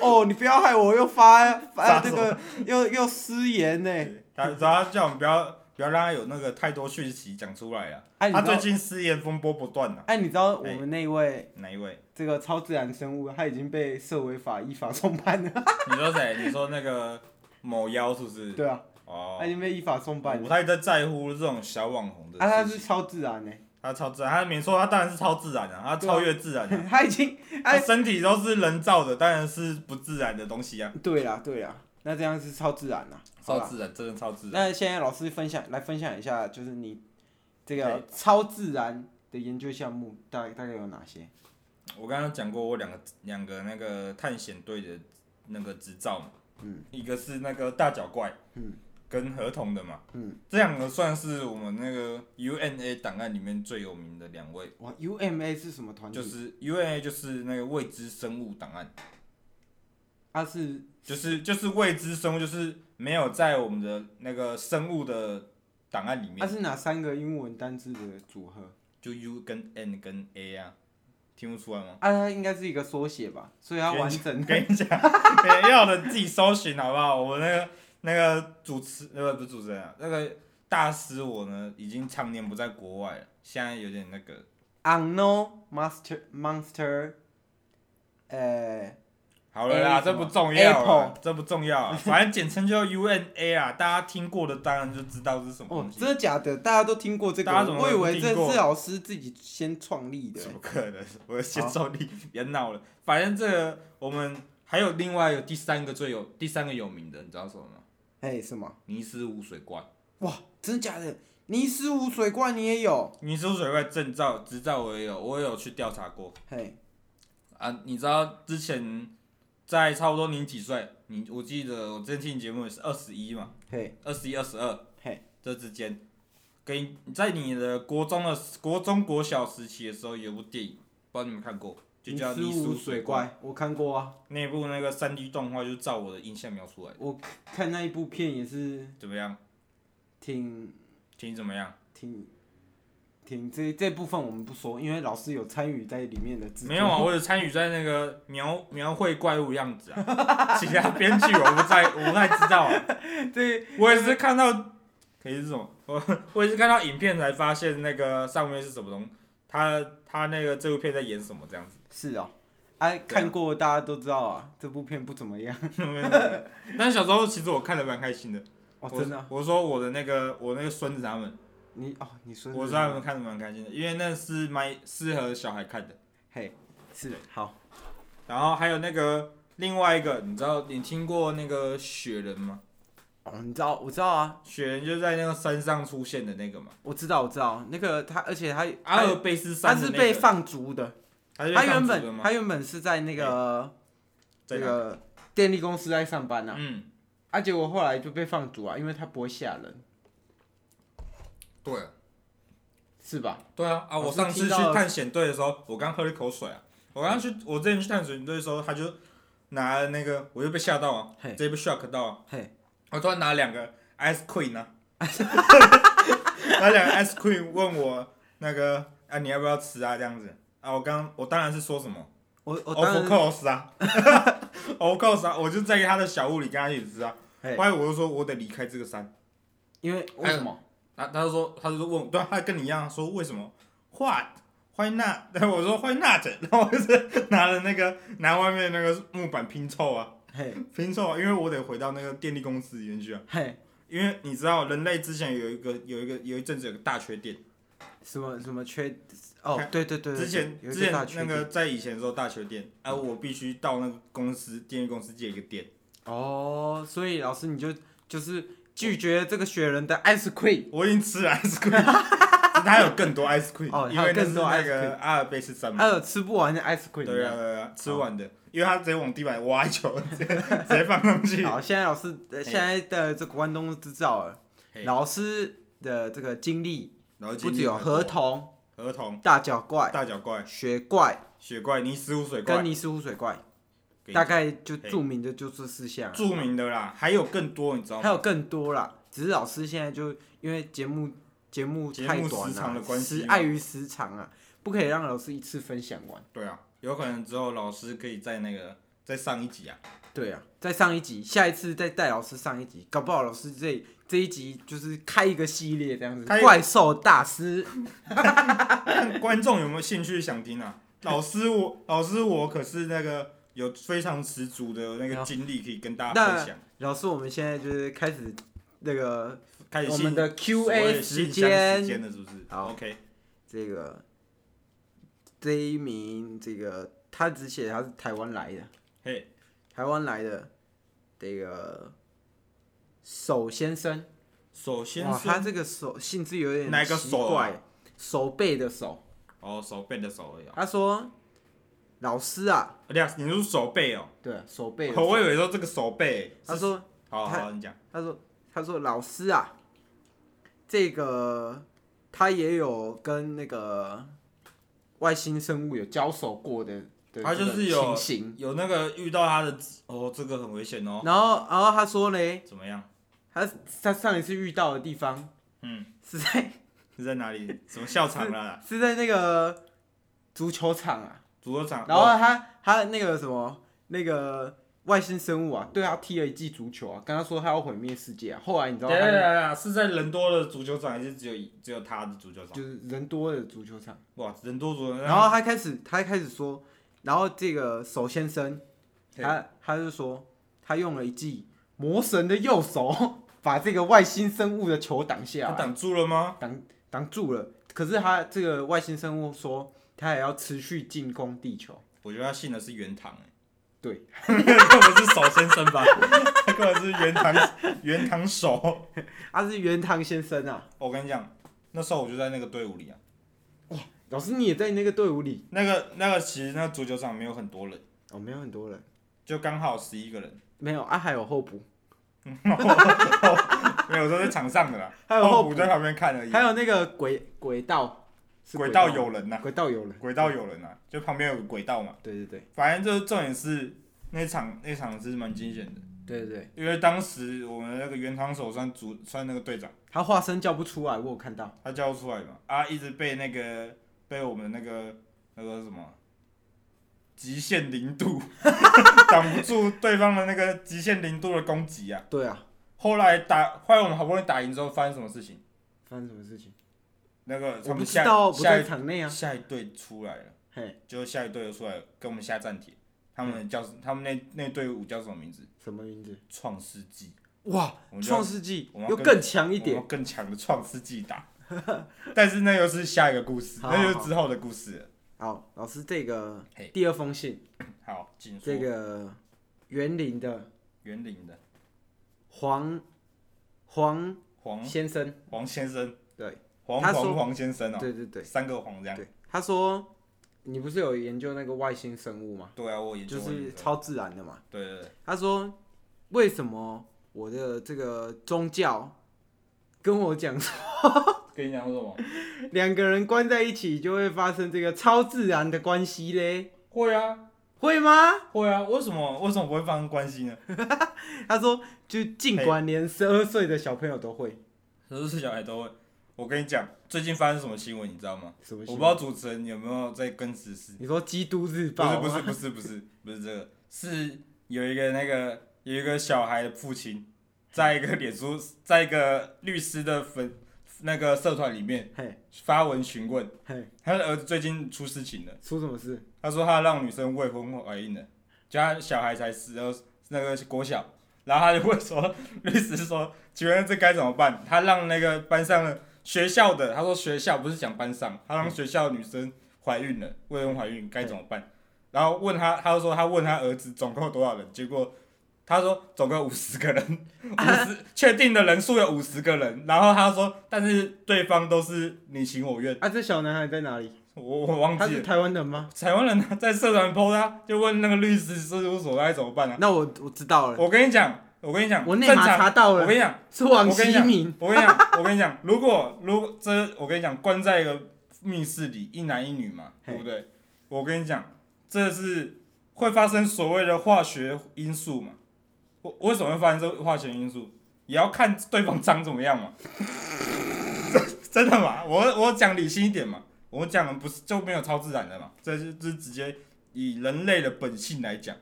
A: 哦，你不要害我又 发发
B: 发
A: 这
B: 什么
A: 个又又失言呢。
B: 他主要叫我们不要不要让他有那个太多讯息讲出来啊。
A: 哎、你
B: 他
A: 知
B: 最
A: 道，
B: 近失言风波不断啊，
A: 哎、你知道我们那位
B: 哪一位？
A: 这个超自然生物，他已经被涉违法依法送办了。
B: 你说谁？你说那个某妖是不是？
A: 对啊，
B: 哦
A: 他已，经被依法送办
B: 不
A: 了。
B: 太在在乎这种小网红的
A: 啊，他
B: 事
A: 是
B: 情。
A: 超自然呢、欸
B: 他超自然，他没错，他当然是超自然的、他
A: 对啊
B: 超越自然的、
A: 他已经哎
B: 他身体都是人造的，当然是不自然的东西啊。
A: 对啦对啦，那这样是超自然啦。好
B: 超
A: 啦
B: 自然，真的超自然。
A: 那现在老师分享来分享一下，就是你这
B: 对
A: 个超自然的研究项目大大概有哪些？
B: 我刚刚讲过，我两个两个那个探险队的那个执照嘛，嗯，一个是那个大脚怪，
A: 嗯，
B: 跟合同的嘛，
A: 嗯，
B: 这两个算是我们那个 UNA 档案里面最有名的两位，
A: 哇，UMA 是什么团体？
B: 就是 UNA 就是那个未知生物档案，
A: 它是
B: 就是就是未知生物，就是没有在我们的那个生物的档案里
A: 它
B: 面，
A: 是哪三个英文单字的组合？
B: 就 U 跟 N 跟 A 啊，听不出来吗？
A: 啊，它应该是一个缩写吧，所以它完整的
B: 嗯 跟你讲，没要的自己搜寻好不好？我那个那个主持呃不是主持人、啊，那个大师我呢已经常年不在国外了，现在有点那个
A: Unknown Monster Monster，呃，
B: 好了啦
A: A
B: 这不重要啊，这不重要啊、反正简称就 UNA 啊，大家听过的当然就知道是什么
A: 哦
B: 东，西，
A: 真的假的？大家都听过这个
B: 嗯大家怎，么
A: 我
B: 会
A: 以
B: 不
A: 为这
B: 听过
A: 是老师自己先创立的
B: 怎。么可能？我的接受力别闹了，反正这个我们还有另外有第三个最有第三个有名的，你知道什么吗？
A: 哎，什么？
B: 尼斯湖水怪。
A: 哇，真的假的？尼斯湖水怪你也有？
B: 尼斯湖水怪证照执照我也有，我也有去调查过。
A: 嘿，
B: 啊，你知道之前在差不多你几岁？你我记得我之前听你节目也是二十一嘛，
A: 嘿，
B: 二十一、二十二
A: 嘿，
B: 这之间，跟在你的国中的国中国小时期的时候，有部电影，不知道你们看过，就叫《
A: 尼
B: 尼
A: 斯
B: 斯
A: 湖
B: 湖
A: 水
B: 水怪》
A: 怪，我看过啊，
B: 那部那个三 D 动画，就是照我的印象描述来的，
A: 我看那一部片也是
B: 怎么样？
A: 挺
B: 听怎么样？
A: 挺挺这这部分我们不说，因为老师有参与在里面的制作。
B: 没有啊，我有参与在那个描描绘怪物样子啊， 其他编剧我不在，我不太知道、啊。
A: 这
B: 我也是看到，可以是什么？我我也是看到影片才发现那个上面是什么东，他他那个这部片在演什么这样子。
A: 是哦，
B: 啊
A: 哎、看过大家都知道啊，这部片不怎么样。
B: 但小时候其实我看的蛮开心的。
A: 哦，
B: 我
A: 真的啊、
B: 我说我的那个我那个孙子他们，
A: 你哦，你说
B: 我说他们看的蛮开心的，因为那是蛮适合小孩看的。
A: 嘿，是好，
B: 然后还有那个另外一个，你知道你听过那个雪人吗？
A: 哦，你知道，我知道啊，
B: 雪人就在那个山上出现的那个嘛，
A: 我知道，我知道，那个他，而且他
B: 阿
A: 他
B: 尔卑斯
A: 啊他
B: 山的
A: 是
B: 那
A: 被
B: 个，
A: 放逐的，
B: 他是被
A: 他
B: 放
A: 原
B: 逐的
A: 本
B: 吗？哎
A: 他原本是在那个
B: 在
A: 那
B: 哪
A: 个电力公司在上班啊，
B: 嗯，
A: 啊，结果后来就被放逐啊，因为他不会吓人，
B: 对。
A: 是吧？
B: 对啊，啊，
A: 老
B: 我
A: 师
B: 上次
A: 听
B: 去
A: 到
B: 探险队的时候，我刚喝了一口水啊。我刚去，我之前去探险队的时候，他就拿了那个，我就被吓到啊，
A: 嘿
B: 直接被 shock 到啊。
A: 嘿，
B: 我突然拿两个 ice queen 啊，拿两个 ice queen 问我那个啊，你要不要吃啊？这样子啊，我刚我当然是说什么
A: 我我
B: of
A: 哦当然
B: course 啊 ，of course 啊，我就在他的小屋里跟他一起吃啊。
A: 嘿
B: 后来我就说我得离开这个山。
A: 因为为什么？
B: 他他就说，他就说问我，对啊，他跟你一样说为什么？What？why not？然 后我说 why not？然后我就是拿了那个拿外面那个木板拼凑啊，
A: 嘿，
B: 拼凑啊，因为我得回到那个电力公司里面去啊。
A: 嘿，
B: 因为你知道，人类之前有一个有一个有一阵子有个大缺电，
A: 什么什么缺？哦
B: 看，
A: 对对对，对
B: 之前
A: 有
B: 之
A: 一个
B: 前
A: 大缺
B: 那
A: 点
B: 个在以前的时候大缺电，啊，我必须到那个公司电力公司借一个电，
A: 哦，所以老师你就就是拒绝这个雪人的 ice cream。
B: 我已经吃了 ice cream，它有更多 ice cream，
A: 哦
B: 因为
A: 它
B: 那
A: 有
B: 是
A: 更多
B: 那
A: ice
B: 个阿尔卑斯山嘛
A: 还。有吃不完的 ice cream。
B: 对啊，对啊，吃完的，因为他直接往地板挖一球，直接直接放上去。
A: 好，现在老师呃
B: 嘿
A: 现在的这个关东制造了，
B: 嘿
A: 老师的这个经历
B: 然后
A: 不
B: 今
A: 只
B: 天
A: 有合同、
B: 合同、
A: 大脚怪、
B: 大脚怪、
A: 雪怪
B: 雪怪、尼斯湖水
A: 跟
B: 怪，
A: 尼斯湖水怪，
B: 给
A: 大概就
B: 嘿
A: 著名的就这四项，啊
B: 著名的啦，还有更多，你知道
A: 还
B: 吗？
A: 有更多啦。只是老师现在就因为节目节目
B: 节目
A: 太短
B: 时长的
A: 了，
B: 关系
A: 时
B: 嘛
A: 碍于时长啊，不可以让老师一次分享完。
B: 对啊，有可能之后老师可以在那个再上一集啊，
A: 对啊，再上一集，下一次再带老师上一集，搞不好老师这这一集就是开一个系列这样子，
B: 开一个
A: 怪兽大师。
B: 看观众有没有兴趣想听啊？老师我老师我可是那个有非常十足的那个经历可以跟大家分享。
A: 老师，我们现在就是开始那个
B: 开始
A: 我
B: 信
A: 们的
B: 所谓
A: Q&A
B: 的信
A: 时
B: 箱时
A: 间，
B: 间了是不是？
A: 好
B: o k
A: 这个这一名这个他只写他是台湾来的，
B: 嘿，
A: 台湾来的这个手先生，
B: 首先
A: 哇，
B: 是
A: 他这个手性质有点
B: 哪个
A: 奇
B: 手啊
A: 怪，手背的手。
B: 哦手背的手而已啊，
A: 他说：“老师啊，
B: 两，你是手背哦，
A: 对，手背的手。
B: 我以为说这个手背，
A: 他说
B: 好
A: 他
B: 好你讲，
A: 他说：“他说老师啊，这个他也有跟那个外星生物有交手过的的
B: 他
A: 这
B: 就
A: 个
B: 是有
A: 情形。
B: 有那个遇到他的哦，这个很危险哦，
A: 然后，然后他说嘞，
B: 怎么样？
A: 他他上一次遇到的地方
B: 嗯，
A: 是在
B: 是在哪里？什么校场啦？
A: 是在那个足球场啊。
B: 足球场？
A: 然后
B: 哦
A: 他他那个什么那个外星生物啊，对他踢了一记足球啊，跟他说他要毁灭世界啊。后来你知道
B: 等一下等一
A: 他
B: 下等一下是在人多的足球场，还是只有一只有他的足球场？
A: 就是人多的足球场。”
B: 哇，人多足球场，
A: 然后他开始，他开始说，然后这个手先生，
B: 嘿
A: 他他就说，他用了一记魔神的右手，把这个外星生物的球挡
B: 他
A: 下来，
B: 挡住了吗？
A: 挡挡住了。可是他这个外星生物说，他也要持续进攻地球。
B: 我觉得他信的是原糖、欸，
A: 对，
B: 根本是手先生吧？他根本是原糖原糖手。
A: 他啊是原汤先生啊，
B: 我跟你讲，那时候我就在那个队伍里啊，
A: 老师你也在那个队伍里
B: 那个那个其实那个足球场没有很多人，
A: 哦，没有很多人，
B: 就刚好十一个人，
A: 没有啊，还有候补，
B: 没有都在场上的啦，
A: 还有
B: 后
A: 候
B: 补
A: 补，
B: 在旁边看而已。
A: 还有那个轨轨道，是
B: 轨
A: 道
B: 道有人呐、
A: 轨道有人，啊
B: 轨道有人呐、就旁边有个轨道嘛。
A: 对对对
B: 反正就是重点是那场那场是蛮惊险的，
A: 对对对，
B: 因为当时我们那个原糖手算主算那个队长。
A: 他化身叫不出来，我有看到。
B: 他叫出来嘛，啊，一直被那个被我们那个那个什么极限零度 挡不住对方的那个极限零度的攻击啊。
A: 对啊，
B: 后来打，后来我们好不容易打赢之后，发生什么事情？
A: 发生什么事情？
B: 那个
A: 我
B: 呃他
A: 不
B: 们
A: 知
B: 下
A: 道，不
B: 下
A: 在
B: 一
A: 场内啊。
B: 下一队出来了，
A: 嘿，
B: 就下一队又出来了跟我们下战帖。他
A: 嗯
B: 们叫他们那那队伍叫什么名字？
A: 什么名字？
B: 创世纪，
A: 哇
B: 我，们就
A: 创世纪
B: 我们要
A: 又
B: 跟
A: 更强一
B: 我们
A: 点。
B: 要更强的创世纪打。 但是那又是下一个故事，
A: 好
B: 那就
A: 好
B: 是之后的故事了。
A: 好，老师，这个
B: 嘿
A: 第二封信，
B: 好，请说
A: 这个园林的
B: 园林的
A: 黄黄
B: 黄
A: 先生，
B: 黄先生，
A: 对，
B: 黄
A: 他说
B: 黄黄先生哦、
A: 对对对
B: 三个黄这样。
A: 对，他说你不是有研究那个外星生物吗？
B: 对啊，我研究
A: 就
B: 过你
A: 是
B: 的
A: 超自然的嘛。
B: 对 对对，
A: 他说为什么我的这个宗教跟我讲说，
B: 跟你讲说什么？
A: 两个人关在一起就会发生这个超自然的关系嘞？
B: 会啊，
A: 会吗？
B: 会啊，为什么为什么不会发生关系呢？
A: 他说，就尽管连十二岁的小朋友都会，
B: 十岁小孩都会。我跟你讲，最近发生什么新闻你知道吗？
A: 什么
B: 我
A: 新
B: 不
A: 闻
B: 知道主持人有没有在跟时事。
A: 你说《基督日
B: 不
A: 报》啊
B: 是不
A: 吗
B: 是不是不是不是这个，是有一个那个有一个小孩的父亲，在一个脸书，在一个律师的粉那个社团里面
A: 嘿，
B: 发文询问，
A: 嘿，
B: 他的儿子最近出事情了。
A: 出什么事？
B: 他说他让女生未婚哎怀孕了，就他小孩才十二，那个国小，然后他就问说，律师说，请问这该怎么办？他让那个班上的学校的，他说学校不是讲班上，他让学校的女生怀孕了，未婚怀孕该怎么办？然后问他，他就说他问他儿子总共有多少人，结果。他说总共五十个人，五十确定的人数有五十个人，然后他说，但是对方都是你情我愿，
A: 啊，这小男孩在哪里？
B: 我我忘记
A: 他
B: 了。
A: 是台湾人吗？
B: 台湾人在社团 PO 他，就问那个律师事务所该怎么办啊？
A: 那我我知道了，
B: 我跟你讲，我跟你讲，
A: 哎我内
B: 正
A: 马
B: 常，
A: 查到
B: 我
A: 了
B: 跟，你讲，
A: 是王
B: 我跟你
A: 希
B: 讲
A: 明。
B: 我跟你讲，我跟你讲，如果如果这，我跟你讲，关在一个密室里，一男一女嘛，
A: 嘿
B: 对不对？我跟你讲，这是会发生所谓的化学因素嘛？我为什么会发生这个化学因素？也要看对方长怎么样嘛。 真真的嘛？我我讲理性一点嘛，我讲的不是就没有超自然的嘛，这是这是直接以人类的本性来讲。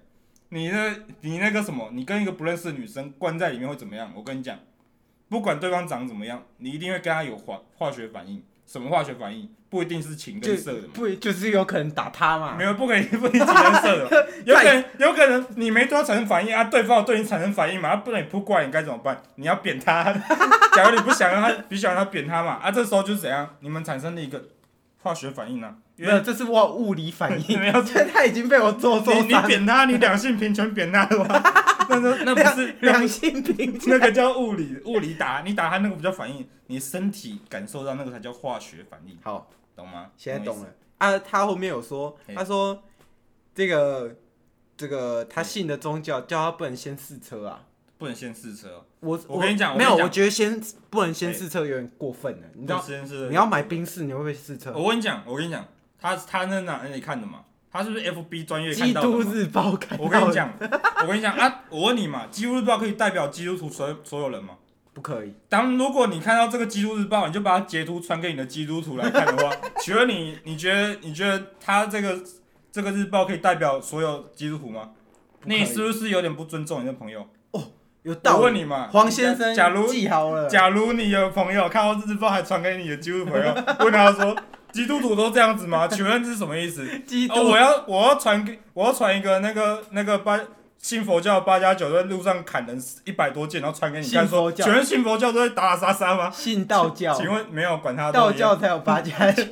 B: 你那，你那个什么，你跟一个不认识的女生关在里面会怎么样？我跟你讲，不管对方长怎么样，你一定会跟他有化化学反应。什么化学反应？不一定是情
A: 就
B: 跟色的嘛。
A: 不就是有可能打他嘛
B: 没？有，不可以，不可以情跟 色的。有可能，有可能你没对他产生反应啊，对方有对你产生反应嘛，啊，不然你扑过来，你该怎么办？你要 扁他。假如你不想让他，你想让他扁他嘛，啊，这时候就是怎样？你们产生了一个化学反应啊，因
A: 没
B: 为
A: 有，这是我物理反应。
B: 没有
A: 这 他已经被我做受
B: 你你
A: 伤，
B: 扁他，你两性平权扁他 的话，那那那不是那
A: 良性平
B: 那个叫物理物理打，你打他那个不叫反应，你身体感受到那个才叫化学反应，
A: 好，
B: 懂吗？
A: 现在懂
B: 意思。
A: 了。啊，他后面有说，
B: 嘿
A: 他说这个这个他信的宗教叫他不能先试车啊。
B: 不能先试车，
A: 我
B: 我跟你讲我跟
A: 没
B: 你
A: 有，
B: 讲
A: 我觉得先不能先
B: 哎
A: 试车有点过分了。你知道，
B: 先是
A: 你要买宾士，你会不会试车？
B: 我跟你讲，我跟你讲，他他那哪里看的嘛？他是不是 FB 专业看
A: 基
B: 到的
A: 督
B: 嘛？
A: 日报看到
B: 我跟你，讲，我跟你讲啊，我问你嘛，基督日报可以代表基督徒所有所有人吗？
A: 不可以，
B: 当如果你看到这个基督日报，你就把它截图传给你的基督徒来看的话，请问你你觉得你觉得他这个这个日报可以代表所有基督徒吗？
A: 不可以
B: 你是不是有点不尊重你的朋友？
A: 有道
B: 我
A: 理。
B: 问你嘛，
A: 黄先生，
B: 假如
A: 记好了，
B: 假如你有朋友看到日报还传给你的基督徒朋友，哦 问他说基督徒都这样子吗？请问这是什么意思？
A: 基督
B: 哦，我要我要传给我要传一个那个那个八信佛教八加九在路上砍人一百多剑，然后传给你看
A: 信佛
B: 说，
A: 教
B: 请问信佛教都在打打杀杀吗？
A: 信道教，
B: 请问没有管他
A: 道
B: 都一样
A: 教才有八加九，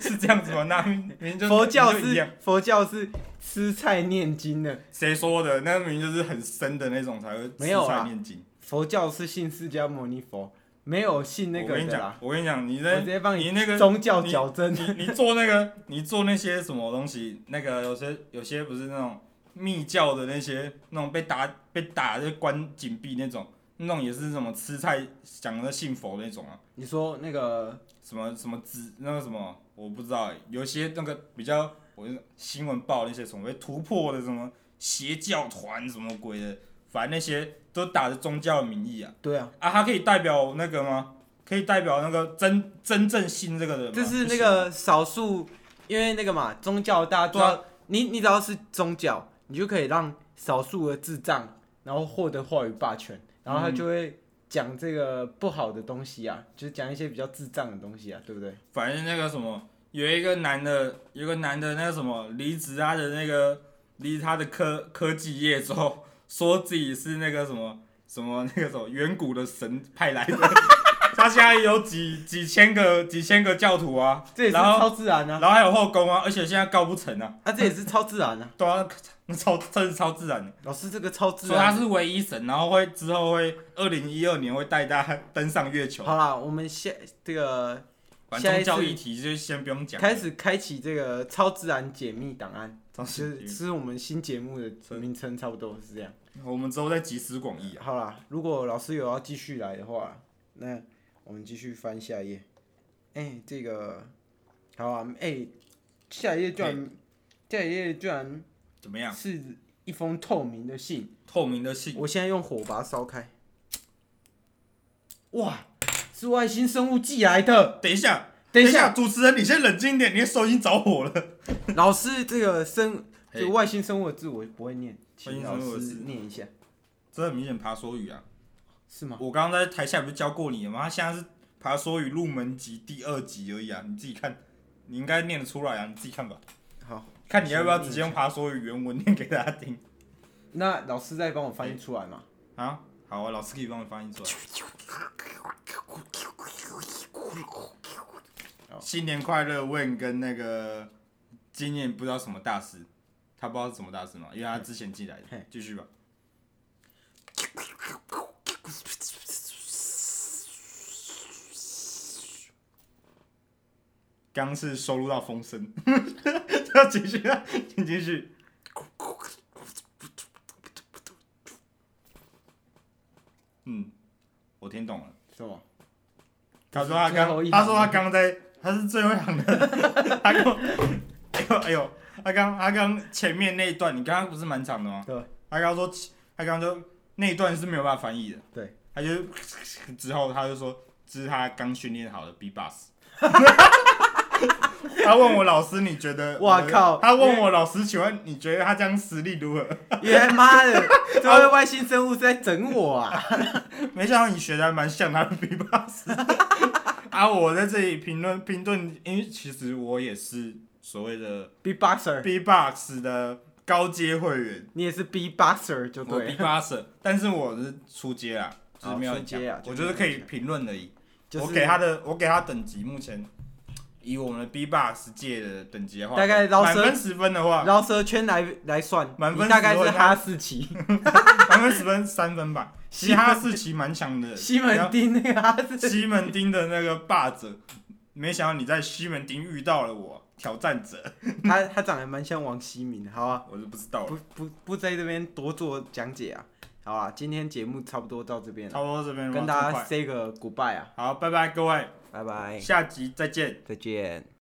B: 是这样子吗？那明明就
A: 佛教
B: 明明就一样
A: 是佛教是吃菜念经的，
B: 谁说的？那明明就是很深的那种才会
A: 没有啊
B: 吃菜
A: 啦
B: 念经。
A: 佛教是信释迦牟尼佛，没有信那
B: 我
A: 个
B: 跟你
A: 的
B: 讲
A: 啦。，
B: 我跟你讲，你
A: 我
B: 在
A: 直接帮
B: 你那个
A: 宗教矫正，
B: 你你做那个，你做那些什么东西？那个有些有些不是那种密教的那些那种被打被打就关紧闭那种，那种也是什么吃菜讲的信佛那种啊，
A: 你说那个
B: 什么什么子那个什么我不知道欸、有些那个比较我就新闻报那些什么被突破的什么邪教团什么鬼的，反正那些都打着宗教的名义啊
A: 对啊，
B: 啊，它可以代表那个吗？可以代表那个真真正信这个的吗？
A: 这是
B: 不
A: 那
B: 行啊
A: 个少数，因为那个嘛，宗教大家知
B: 啊
A: 道，你你只要是宗教，你就可以让少数的智障，然后获得话语霸权，然后他
B: 嗯
A: 就会讲这个不好的东西啊，就是讲一些比较智障的东西啊，对不对？
B: 反正那个什么，有一个男的，有一个男的，那个什么，离职他的那个离他的科科技业之后，说自己是那个什么什么那个什么远古的神 派来的，他现在有几几千个几千个教徒啊，
A: 这也是
B: 然后
A: 超自然啊，
B: 然后还有后宫啊，而且现在告不成啊，
A: 啊，这也是超自然啊，
B: 对啊，那超真是超自然的，
A: 老师这个超自
B: 说他
A: 然。
B: 是唯一神，然后会之后会二零一二年会带大家登上月球，
A: 好啦，我们下这个
B: 反
A: 下
B: 正
A: 一
B: 宗教
A: 次
B: 议题就先不用讲了，
A: 开始开启这个超自然解密档案，
B: 当
A: 就
B: 时
A: 是是我们新节目的名称，差不多是这样。
B: 我们之后再集思广益啊。
A: 好啦，如果老师有要继续来的话，那我们继续翻下一页。哎、这个好啊，哎、下一页居然，下一页居然
B: 哎怎么样？
A: 是一封透明的信，
B: 透明的信，
A: 我现在用火把它烧开。哇，是外星生物寄来的。
B: 等一下，
A: 等一
B: 一
A: 下，
B: 下，主持人，你先冷静一点，你的手已经着火了。
A: 老师这个生
B: 嘿
A: 这个外星生物的字我不会念，请
B: 外星
A: 老
B: 生物的
A: 师
B: 字
A: 念一下，
B: 这很明显爬梭语啊！
A: 是吗？
B: 我刚刚在台下不是教过你了吗？他现在是爬梭语入门级第二级而已啊，你自己看，你应该念得出来啊，你自己看吧。
A: 好，
B: 看你要不要直接用爬梭语原文念给大家听
A: 那老师再帮我翻译出来嘛？
B: 啊？好啊，老师可以帮你翻译出来。新年快乐！问跟那个今年不知道什么大师，他不知道是什么大师嘛，因为他之前进来的
A: 嘿。
B: 继续吧。刚是收录到风声， 要继续啊，请继续。嗯，我听懂了。
A: 什么？
B: 他说他
A: 最后一
B: 刚，
A: 行
B: 他说他刚在，他是最后一行的， 他跟我，哎呦哎呦，他刚他刚前面那一段，你刚刚不是蛮长的吗？
A: 对。
B: 他刚说，他刚说那一段是没有办法翻译的。
A: 对。
B: 他就之后他就说，这是他刚训练好的 B bus。他问我老师，你觉得？
A: 哇靠
B: 他问我老师，请问你觉得他这样实力如何？
A: 原妈 的，这位外星生物是在整我啊！
B: 没想到你学的还蛮像他的 B 八十。啊，我在这里评论评论，因为其实我也是所谓的
A: b boxer，
B: B box 的高阶会员，
A: 你也是 b boxer 就
B: 我
A: 对
B: B
A: 了，
B: boxer，但是我是初阶啊，就是
A: 哦
B: 没有
A: 初阶啊
B: 讲我
A: 就
B: 就是是
A: 没有
B: 可以
A: 讲
B: 评论而已。
A: 就是
B: 我给他的，我给他等级目前。以我们的 B box 界的等级的话，
A: 大概捞
B: 满
A: 生
B: 分十分的话，
A: 饶舌圈来来算，
B: 满分
A: 你大概
B: 十
A: 是
B: 分啊
A: 哈士奇、
B: 满分十分三分吧。其他是其蛮强的，
A: 西
B: 然
A: 门
B: 后
A: 町那个哈士奇，
B: 西门町的那个霸者，没想到你在西门町遇到了我，挑战者，
A: 他他长得蛮像王希明的，好啊，
B: 我是不知道了。
A: 不不不在这边多做讲解啊，好啊，今天节目差不多到这边了，
B: 差不多这边了
A: 跟
B: 这么
A: 大
B: 快
A: 家 say 个 goodbye 啊，
B: 好，拜拜各位，
A: 拜拜，
B: 下集再见。
A: 再见。